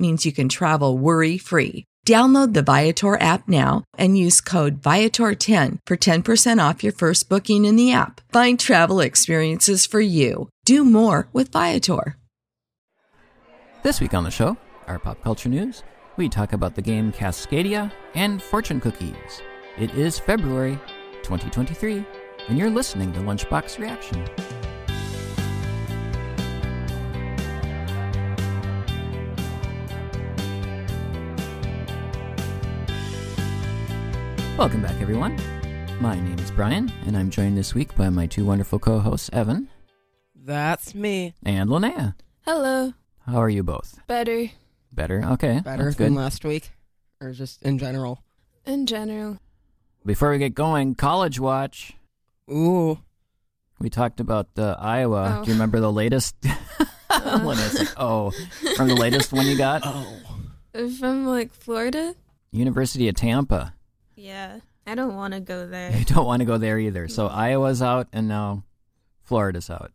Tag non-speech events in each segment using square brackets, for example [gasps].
means you can travel worry free. Download the Viator app now and use code Viator10 for 10% off your first booking in the app. Find travel experiences for you. Do more with Viator. This week on the show, our pop culture news, we talk about the game Cascadia and Fortune Cookies. It is February 2023, and you're listening to Lunchbox Reaction. Welcome back, everyone. My name is Brian, and I'm joined this week by my two wonderful co hosts, Evan That's me. and Linnea. Hello. How are you both? Better. Better? Okay. Better That's good. than last week, or just in general. In general. Before we get going, College Watch. Ooh, We talked about uh, Iowa. Oh. Do you remember the latest? [laughs] Uh. When it's like, oh, from the latest one you got? From like Florida? University of Tampa. Yeah. I don't want to go there. You don't want to go there either. So Iowa's out, and now Florida's out.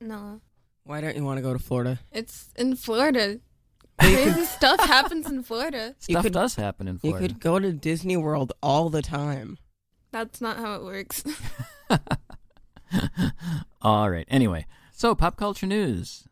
No. why don't you want to go to Florida? It's in Florida. [laughs] Crazy stuff happens in Florida. You Stuff could- does happen in You Florida. could go to Disney World all the time. That's not how it works. [laughs] [laughs] All right. Anyway, so pop culture news.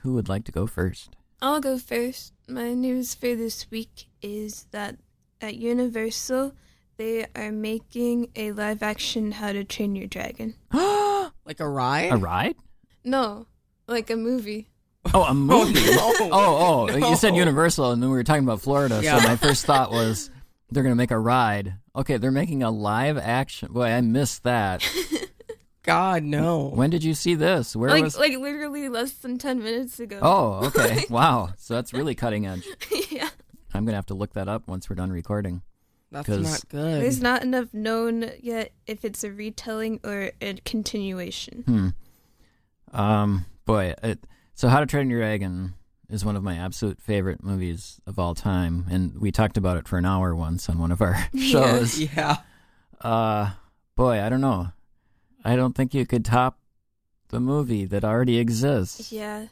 Who would like to go first? I'll go first. My news for this week is that at Universal, they are making a live action How to Train Your Dragon. Like a ride? [gasps] A ride? No, like a movie. Oh, a movie. [laughs] [laughs] Oh, no. oh, oh. You said No. Universal, and then we were talking about Florida. Yeah. So my first thought was they're going to make a ride. Okay, they're making a live action. Boy, I missed that. God, no. When did you see this? Where like was? like literally less than 10 minutes ago. Oh, [laughs] okay. wow. So that's really cutting edge. [laughs] yeah. I'm gonna have to look that up once we're done recording. That's 'cause- not good. There's not enough known yet if it's a retelling or a continuation. Hmm. Um. Boy. It, so, How to Train Your Dragon is one of my absolute favorite movies of all time, and we talked about it for an hour once on one of our shows. [laughs] yeah. Uh. Boy, I don't know. I don't think you could top the movie that already exists. Yeah,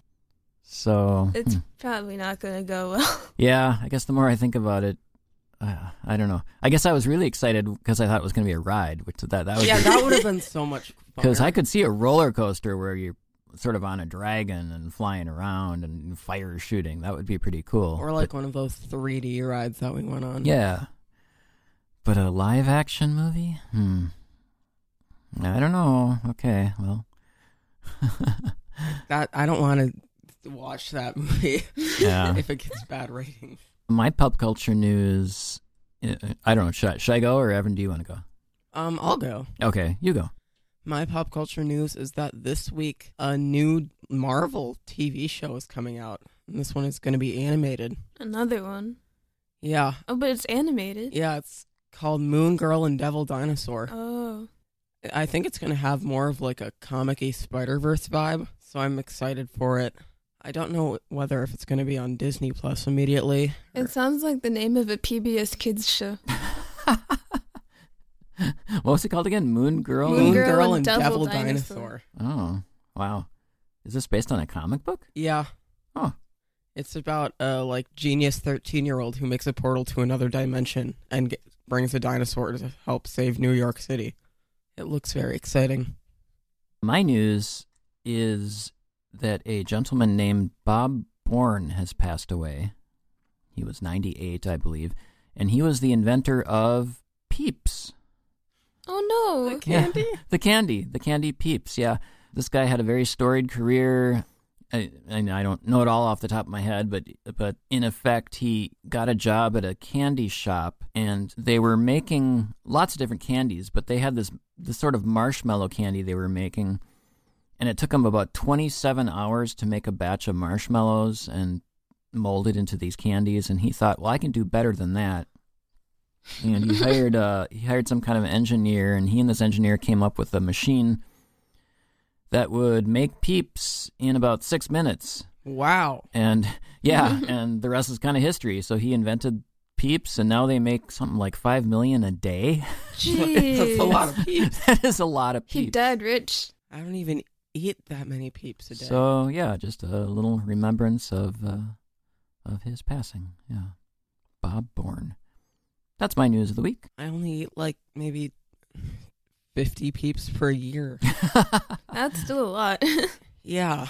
So. it's hmm. probably not gonna go well. [laughs] Yeah. I guess the more I think about it. Uh, I don't know. I guess I was really excited because I thought it was going to be a ride, which that that was Yeah, the- that would have been so [laughs] much fun. Because I could see a roller coaster where you're sort of on a dragon and flying around and fire shooting. That would be pretty cool. Or like one of those 3D rides that we went But- on. yeah. But a live action movie? Hmm. I don't know. Okay, well. [laughs] That I don't want to watch that [laughs] movie Yeah. [laughs] if it gets bad ratings. My pop culture news. uh, I don't know. Should I, should I go or Evan? Do you want to go? Um, I'll go. Okay, you go. [laughs] My pop culture news is that this week a new Marvel TV show is coming out. And this one is going to be animated. Another one. Yeah. Oh, but it's animated. Yeah, it's called Moon Girl and Devil Dinosaur. Oh, I think it's going to have more of like a comic y Spider Verse vibe. So I'm excited for it. I don't know whether if it's going to be on Disney Plus immediately. or- it sounds like the name of a PBS kids show. What was it called again? Moon Girl? Moon Girl and Devil Dinosaur. Oh, wow. Is this based on a comic book? Yeah. Huh. It's about a like genius 13 year old who makes a portal to another dimension and get, brings a dinosaur to help save New York City. It looks very exciting. My news is that a gentleman named Bob Bourne has passed away. He was 98, I believe, and he was the inventor of Peeps. Oh no. The candy? Yeah, the candy, the candy Peeps, yeah. This guy had a very storied career I, and I don't know it all off the top of my head, but but in effect, he got a job at a candy shop, and they were making lots of different candies, but they had this this sort of marshmallow candy they were making, and it took them about twenty seven hours to make a batch of marshmallows and mold it into these candies. And he thought, well, I can do better than that. And he hired uh, he hired some kind of engineer, and he and this engineer came up with a machine that would make peeps in about six minutes. Wow. And [laughs] [laughs] yeah, and the rest is kind of history. So he invented peeps, and now they make something like five million a day. [laughs] That's a lot of peeps. [laughs] that is a lot of He peeps. died rich. I don't even eat that many peeps a day. So yeah, just a little remembrance of uh, of his passing. Yeah, Bob Bourne. That's my news of the week. [laughs] I only eat like maybe 50 peeps per year. That's still a lot. [laughs] yeah.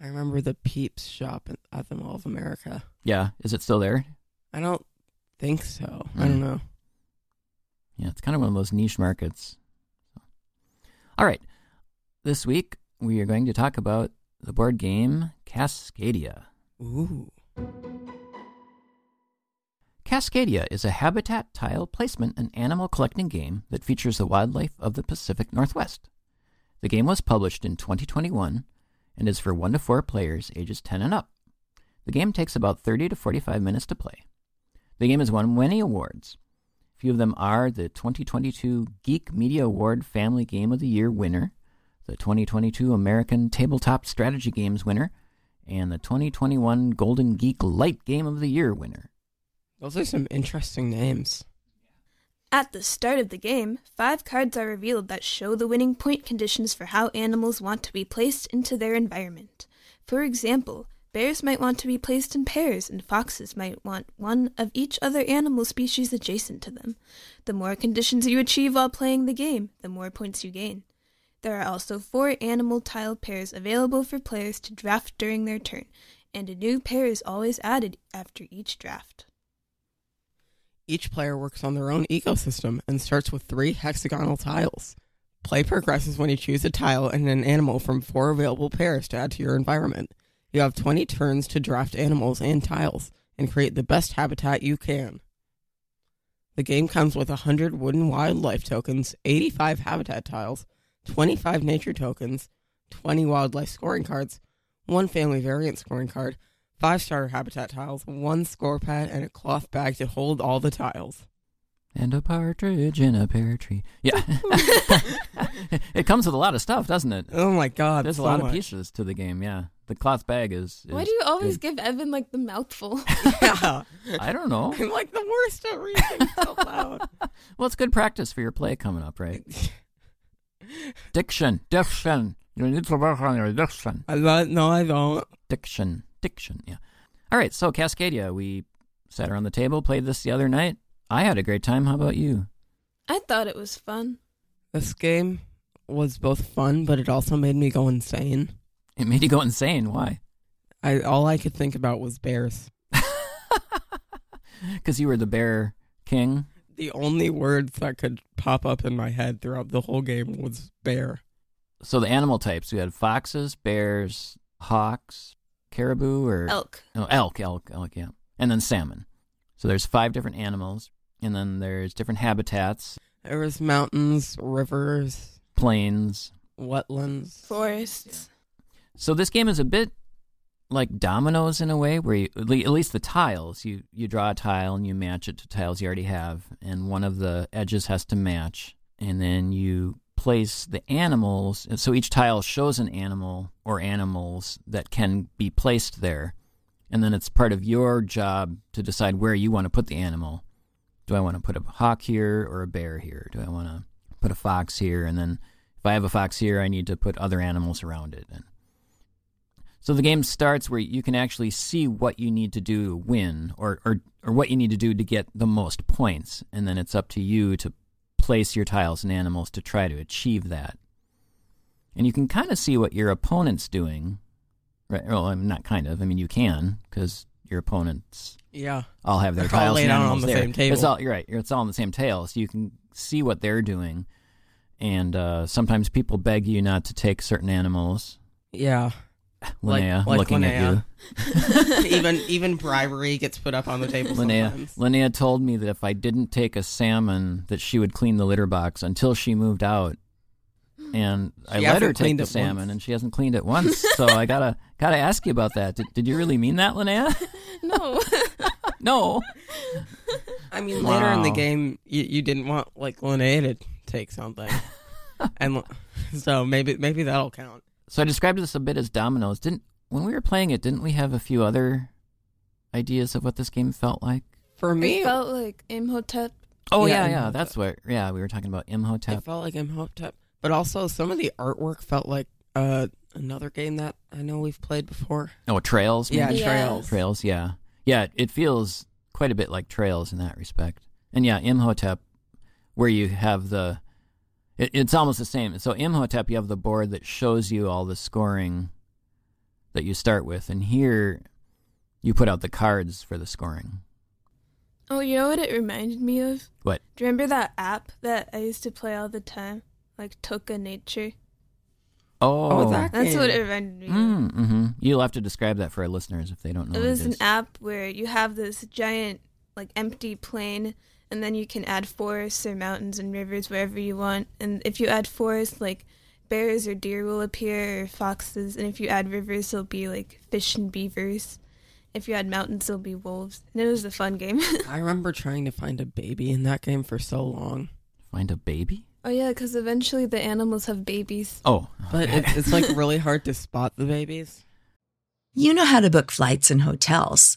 I remember the peeps shop in- at the Mall of America. yeah, is it still there? I don't think so. I don't Hmm. know. Yeah, it's kind of one of those niche markets. All right. This week, we are going to talk about the board game Cascadia. Ooh. Cascadia is a habitat, tile, placement, and animal collecting game that features the wildlife of the Pacific Northwest. The game was published in 2021 and is for 1 to 4 players ages 10 and up. The game takes about 30 to 45 minutes to play. The game has won many awards. A few of them are the 2022 Geek Media Award Family Game of the Year winner, the 2022 American Tabletop Strategy Games winner, and the 2021 Golden Geek Light Game of the Year winner. Those are some interesting names. At the start of the game, five cards are revealed that show the winning point conditions for how animals want to be placed into their environment. For example, bears might want to be placed in pairs, and foxes might want one of each other animal species adjacent to them. The more conditions you achieve while playing the game, the more points you gain. There are also four animal tile pairs available for players to draft during their turn, and a new pair is always added after each draft. Each player works on their own ecosystem and starts with three hexagonal tiles. Play progresses when you choose a tile and an animal from four available pairs to add to your environment. You have 20 turns to draft animals and tiles and create the best habitat you can. The game comes with 100 wooden wildlife tokens, 85 habitat tiles, 25 nature tokens, 20 wildlife scoring cards, one family variant scoring card, five starter habitat tiles, one score pad, and a cloth bag to hold all the tiles. And a partridge in a pear tree. Yeah. it comes with a lot of stuff, doesn't it? Oh my god, There's a so lot of much. pieces to the game, yeah. The cloth bag is. Why is do you always good. give Evan like the [laughs] mouthful? [laughs] Yeah. I don't [laughs] know. I'm like the worst at reading [laughs] so loud. [laughs] Well, it's good practice for your play coming up, right? Diction. Diction. You need to work on your diction. I don't, no, I don't. Diction. Diction, yeah. All right, so Cascadia, we sat around the table, played this the other night. I had a great time. How about you? I thought it was fun. This game was both fun, but it also made me go insane. It made you go insane. Why? [laughs] I all I could think about was bears. Because you were the bear king. The only words that could pop up in my head throughout the whole game was bear. So the animal types we had foxes, bears, hawks, caribou, or Elk. oh, elk, elk, elk, yeah, and then salmon. So there's five different animals, and then there's different habitats, There was mountains, rivers, plains. wetlands. Forests. So this game is a bit like dominoes in a way, where you, at le- at least the tiles you you draw a tile and you match it to tiles you already have, and one of the edges has to match, and then you place the animals. and So each tile shows an animal or animals that can be placed there, and then it's part of your job to decide where you want to put the animal. Do I want to put a hawk here or a bear here? Do I want to put a fox here? And then if I have a fox here, I need to put other animals around it. And so the game starts where you can actually see what you need to do to win or, or, or what you need to do to get the most points. And then it's up to you to place your tiles and animals to try to achieve that. And you can kind of see what your opponent's doing. Right? Well, I'm not kind of. I mean, you can because your opponent's Yeah. all have their They're all tiles laid and out on animals the there. same table. It's all you're right. It's all on the same table, so you can see what they're doing. And uh, sometimes people beg you not to take certain animals. Yeah. Like- Linnea, like uh, looking at you. Linnea. [laughs] even even bribery gets put up on the table Linnea, sometimes. Linnea told me that if I didn't take a salmon, that she would clean the litter box until she moved out. And I let She her hasn't take cleaned the it salmon, once. and she hasn't cleaned it once. so I gotta [laughs] gotta ask you about that. Did, did you really mean that, Linnea? [laughs] [laughs] No. [laughs] no. I mean, later in the Wow. game, you, you didn't want like Linnea to take [laughs] something, and so maybe maybe that'll count. So I described this a bit as dominoes. Didn't when we were playing it? Didn't we have a few other ideas of what this game felt like? For me, It felt like Imhotep. Oh yeah, Yeah, yeah, Imhotep. that's what. Yeah, we were talking about it Imhotep. felt like Imhotep, but also some of the artwork felt like uh, another game that I know we've played before. Oh, Trails. Yeah, maybe? Yeah. Trails. Trails. Yeah, yeah. it- It feels quite a bit like Trails in that respect. And yeah, Imhotep, where you have the, it, it's almost the same. So Imhotep, you have the board that shows you all the scoring that you start with, and here you put out the cards for the scoring. Oh, you know what it reminded me of? What? Do you remember that app that I used to play all the time? Like Toka Nature? Oh, that- That's what it Game. reminded me of. Mm, hmm You'll have to describe that for our listeners if they don't know. It what was Oh, it an is. app where you have this giant, like, empty plain, and then you can add forests or mountains and rivers wherever you want. And if you add forests, like, bears or deer will appear, or foxes. And if you add rivers, there'll be, like, fish and beavers. If you add mountains, there'll be wolves. And it was a fun game. [laughs] I remember trying to find a baby in that game for so long, Find a baby. oh, yeah, because eventually the animals have babies. Oh, but [laughs] it's, it's like really hard to spot the babies. You know how to book flights and hotels.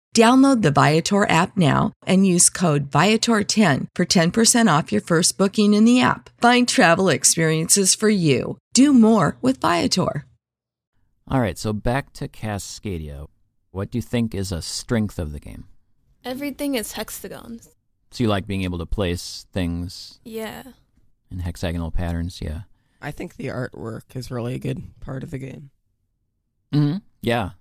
Download the Viator app now and use code Viator10 for 10% off your first booking in the app. Find travel experiences for you. Do more with Viator. all right. So back to Cascadia. What do you think is a strength of the game? Everything is hexagons. So you like being able to place things Yeah. in hexagonal patterns? Yeah. I think the artwork is really a good part of the game. Mm-hmm. Yeah.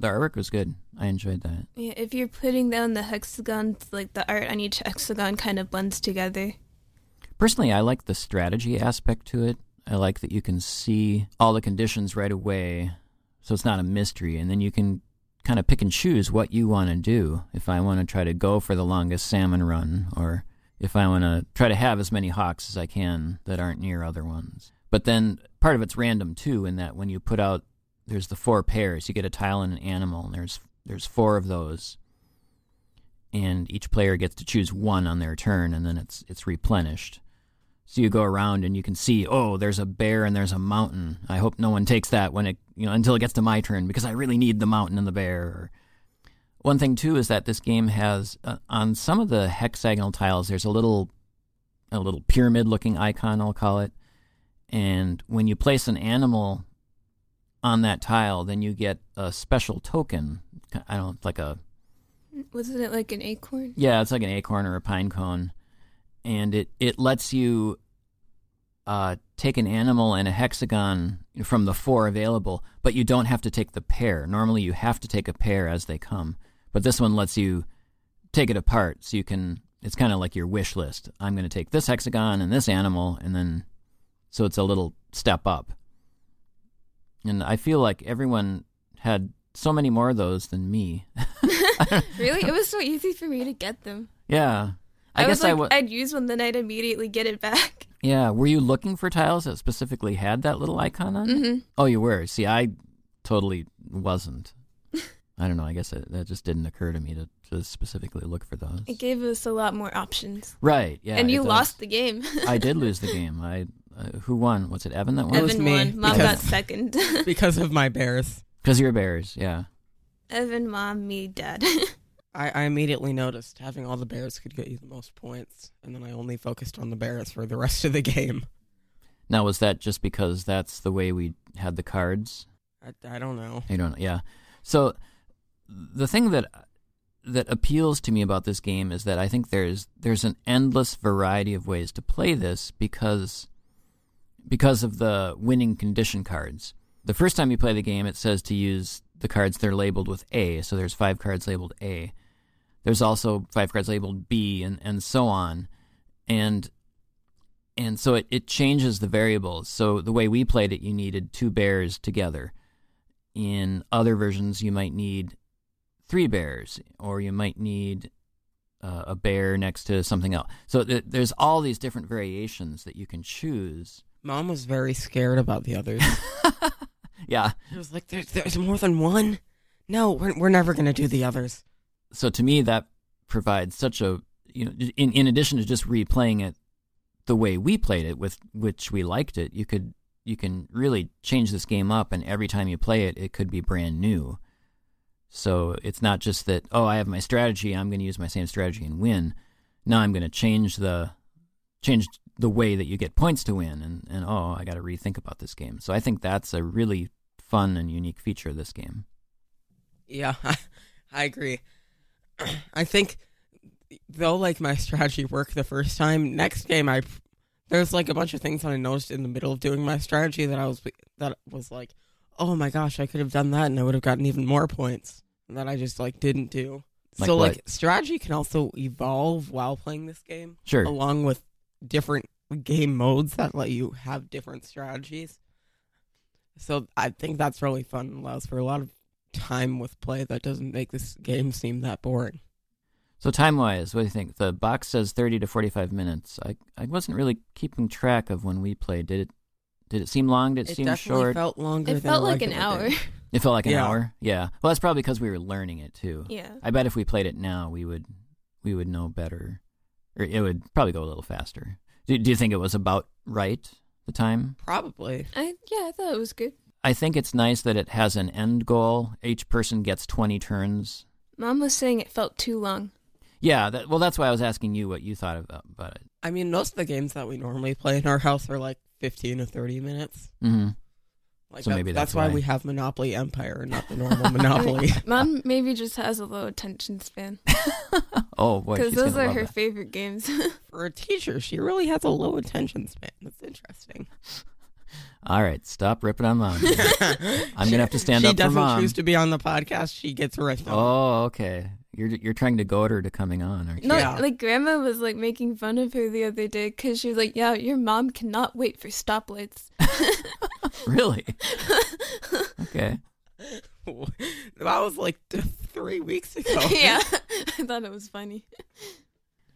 The artwork was good. I enjoyed that. Yeah, if you're putting down the hexagons, like the art on each hexagon kind of blends together. Personally, I like the strategy aspect to it. I like that you can see all the conditions right away, so it's not a mystery, and then you can kind of pick and choose what you want to do. If I want to try to go for the longest salmon run, or if I want to try to have as many hawks as I can that aren't near other ones. But then part of it's random too, in that when you put out, there's the four pairs. You get a tile and an animal, and there's there's four of those, and each player gets to choose one on their turn, and then it's it's replenished. So you go around and you can see, oh, there's a bear and there's a mountain. I hope no one takes that when it, you know, until it gets to my turn because I really need the mountain and the bear. Or- One thing too is that this game has uh, on some of the hexagonal tiles there's a little a little pyramid looking icon, I'll call it. And when you place an animal on that tile, then you get a special token. I don't like a Wasn't it like an acorn? yeah, it's like an acorn or a pine cone, and it it lets you uh, take an animal and a hexagon from the four available, but you don't have to take the pair. Normally, you have to take a pair as they come, but this one lets you take it apart, so you can. It's kind of like your wish list. I'm going to take this hexagon and this animal, and then so it's a little step up. And I feel like everyone had so many more of those than me. [laughs] Really? it was so easy for me to get them. yeah. I, guess was like, I would. I'd use one, then I'd immediately get it back. Yeah, were you looking for tiles that specifically had that little icon on? it? Mm-hmm. Oh, you were. See, I totally [laughs] wasn't. I don't know. I guess it, that just didn't occur to me to, to specifically look for those. It gave us a lot more options. Right. Yeah. and it you does. lost the game. [laughs] I [laughs] did lose the game. I uh, who won? Was it Evan that It won? was Evan me, won. [laughs] Mom because- got second. because of my bears. Because you're Bears. Yeah. [laughs] Evan, mom, [laughs] me, dad. I, I immediately noticed having all the bears could get you the most points, and then I only focused on the bears for the rest of the game. Now, was that just because that's the way we had the cards? I, I don't know. I don't know. Yeah. So the thing that that appeals to me about this game is that I think there's there's an endless variety of ways to play this because because of the winning condition cards. The first time you play the game, it says to use the cards they're labeled with A. So there's five cards labeled A. There's also five cards labeled B, and and so on, and and so it, it changes the variables. So the way we played it, you needed two bears together. In other versions, you might need three bears, or you might need uh, a bear next to something else. So th- there's all these different variations that you can choose. [laughs] Mom was very scared about the others. Yeah. [laughs] She was like, there's, there's more than one? No, we're, we're never going to do the others. So to me, that provides such a you know, in in addition to just replaying it the way we played it, with which we liked it, you could you can really change this game up, and every time you play it, it could be brand new. So it's not just that oh, I have my strategy, I'm going to use my same strategy and win. Now I'm going to change the change the way that you get points to win, and and oh, I got to rethink about this game. So I think that's a really fun and unique feature of this game. Yeah, [laughs] I, I agree. [clears throat] I think, though, like my strategy worked the first time, next game I there's like a bunch of things that I noticed in the middle of doing my strategy that I was that was like, oh my gosh, I could have done that and I would have gotten even more points that I just like didn't do. Like so what? like strategy can also evolve while playing this game, Sure. along with different game modes that let you have different strategies. So I think that's really fun and allows for a lot of time with play that doesn't make this game seem that boring. So time wise, what do you think? The box says thirty to forty five minutes. I I wasn't really keeping track of when we played. Did it did it seem long? Did it, it seem definitely short? felt longer. it than felt a like an regular hour. [laughs] game. it felt like an Yeah. hour. Yeah. Well that's probably because we were learning it too. Yeah. I bet if we played it now we would we would know better. Or it would probably go a little faster. Do, do you think it was about right the time? Probably. I yeah, I thought it was good. I think it's nice that it has an end goal. Each person gets twenty turns. Mom was saying it felt too long. Yeah, that, well that's why I was asking you what you thought about, about it. I mean, most of the games that we normally play in our house are like 15 to 30 minutes. hmm Like So that- maybe that's, that's why, why. we have Monopoly Empire and not the [laughs] normal Monopoly. [laughs] Mom maybe just has a low attention span Oh boy, because she's those gonna are love her that. favorite games. [laughs] For a teacher, she really has a low attention span. That's interesting. All right, stop ripping on mom. I'm gonna have to stand she up for doesn't mom. choose to be on the podcast. She gets ripped off. oh, okay. You're you're trying to goad her to coming on, aren't you? [laughs] No, Yeah. like grandma was like making fun of her the other day because she was like, "Yeah, your mom cannot wait for [laughs] stoplights." [laughs] really? Oh. okay. That was like t- three weeks ago. [laughs] yeah, I thought it was funny.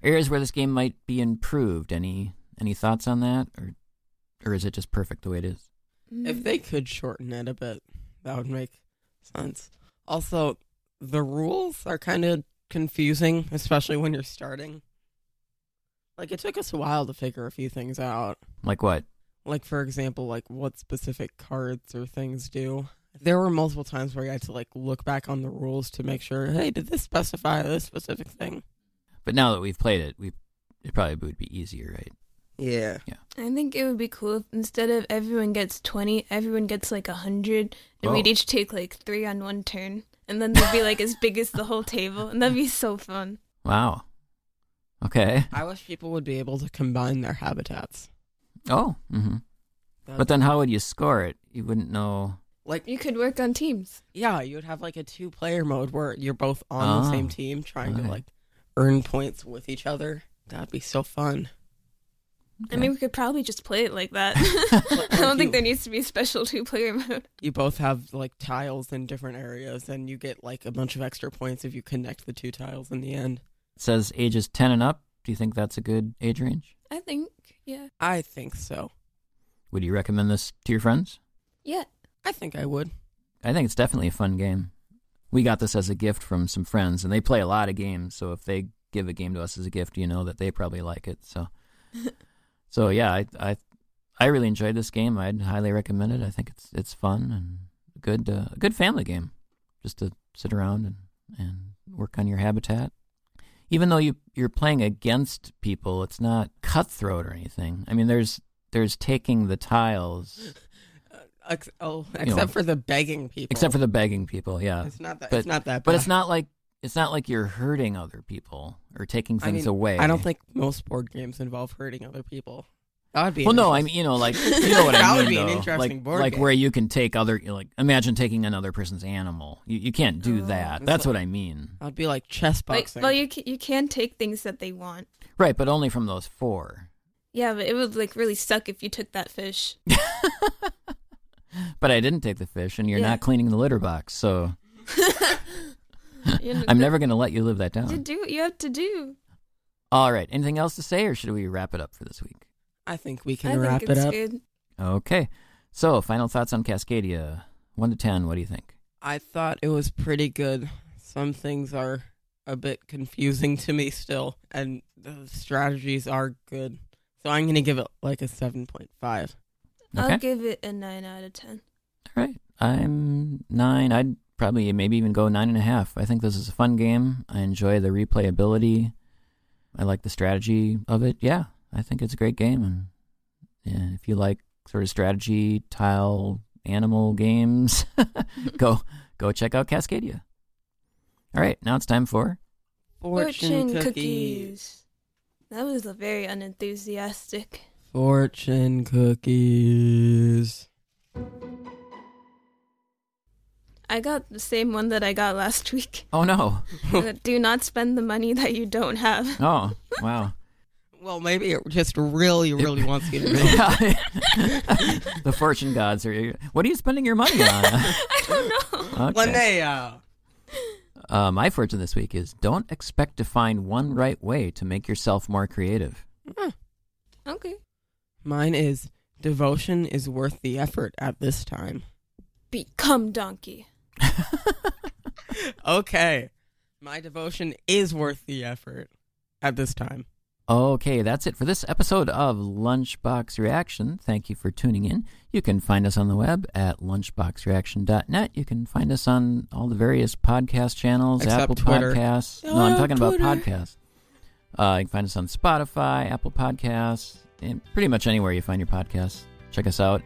Areas where this game might be improved. Any any thoughts on that, or or is it just perfect the way it is? If they could shorten it a bit, that would make sense. Also, the rules are kind of confusing, especially when you're starting. Like, it took us a while to figure a few things out. Like what? Like, for example, like what specific cards or things do. There were multiple times where I had to like look back on the rules to make sure, hey, did this specify this specific thing? But now that we've played it, we it probably would be easier, right? Yeah. I think it would be cool if instead of everyone gets 20, everyone gets like 100, Oh. and we'd Whoa. each take like three on one turn. And then they'd be like as big as the whole table, and that'd be so fun. Wow. Okay. I wish people would be able to combine their habitats. Oh. hmm But then, how would you score it? You wouldn't know. like, You could work on teams. Yeah, you would have like a two player mode where you're both on Ah, the same team trying okay. to like earn points with each other. That'd be so fun. I mean, we could probably just play it like that. [laughs] I don't think there needs to be a special two player [laughs] mode. You both have like tiles in different areas and you get like a bunch of extra points if you connect the two tiles in the end. It says ages ten and up. Do you think that's a good age range? I think, yeah. I think so. Would you recommend this to your friends? Yeah. I think I would. I think it's definitely a fun game. We got this as a gift from some friends, and they play a lot of games. So if they give a game to us as a gift, you know that they probably like it. So, so yeah, I I, I really enjoyed this game. I'd highly recommend it. I think it's it's fun and good uh, a good family game, just to sit around and, and work on your habitat. Even though you you're playing against people, it's not cutthroat or anything. I mean, there's there's taking the tiles, Ex- oh, except know. for the begging people. except for the begging people. Yeah, it's not that. but- it's not that. but bad. it's not like it's not like you're hurting other people or taking I things mean, away. I don't think most board games involve hurting other people. That would be. Well, no, I interesting. mean, you know, [laughs] like you know what I mean. That would be an though. interesting like, board like game. where you can take other, you know, like imagine taking another person's animal. You, you can't do Oh. that. That's That's what- what I mean. That would be like chess Like, boxing. well, you can, you can take things that they want. Right, but only from those four. [laughs] Yeah, but it would like really suck if you took that fish. [laughs] But I didn't take the fish, and you're Yeah. not cleaning the litter box, [laughs] so [laughs] You know, I'm never going to let you live that You down. do what you have to do. All right. Anything else to say, or should we wrap it up for this week? I think we I can think wrap it it's up. good. Okay. So, final thoughts on Cascadia, one to ten. What do you think? I thought it was pretty good. Some things are a bit confusing to me still, and the strategies are good. So I'm going to give it like a 7.5. Okay. I'll give it a nine out of ten. All right. I'm nine. I'd probably maybe even go nine and a half. I think this is a fun game. I enjoy the replayability. I like the strategy of it. Yeah, I think it's a great game. And yeah, if you like sort of strategy, tile, animal games, [laughs] go go check out Cascadia. All right, now it's time for That was a very unenthusiastic. Fortune cookies. [laughs] I got the same one that I got last [laughs] week. oh no Uh, Do not spend the money that you don't have. oh wow Well, maybe it just really, [laughs] really [laughs] wants you to know. the fortune gods are what are you spending your money Uh. on? [laughs] [laughs] I don't know. Okay. Linnea. Uh, my fortune this week is don't expect to find one right way to make yourself more creative. Okay. Mine is devotion is worth the effort at this time. Become donkey. Okay. My devotion is worth the effort at this time. Okay, that's it for this episode of Lunchbox Reaction. Thank you for tuning in. You can find us on the web at lunchboxreaction.net. You can find us on all the various podcast channels, Except Apple Twitter. Podcasts. No, I'm Oh, talking Twitter. about podcasts. Uh, you can find us on Spotify, Apple Podcasts, and pretty much anywhere you find your podcasts. Check us out.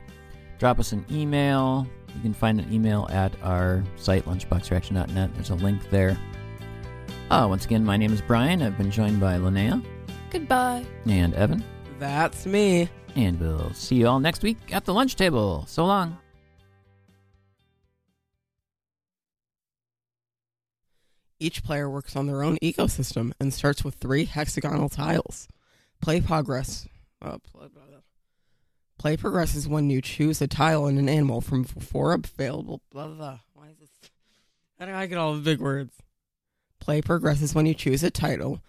Drop us an email. You can find an email at our site, lunchboxreaction.net. There's a link there. Uh, once again, my name is Brian. I've been joined by Linnea Goodbye. and Evan, That's me. and we'll see you all next week at the lunch table. So long. Each player works on their own ecosystem and starts with three hexagonal tiles. Play progress. Uh, pl- uh, play progresses when you choose a tile and an animal from f- four available. Blah, blah, blah. Why is this? How do I get all the big words? Play progresses when you choose a [laughs] title.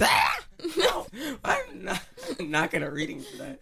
Ah! No, I'm not, I'm not good at reading today.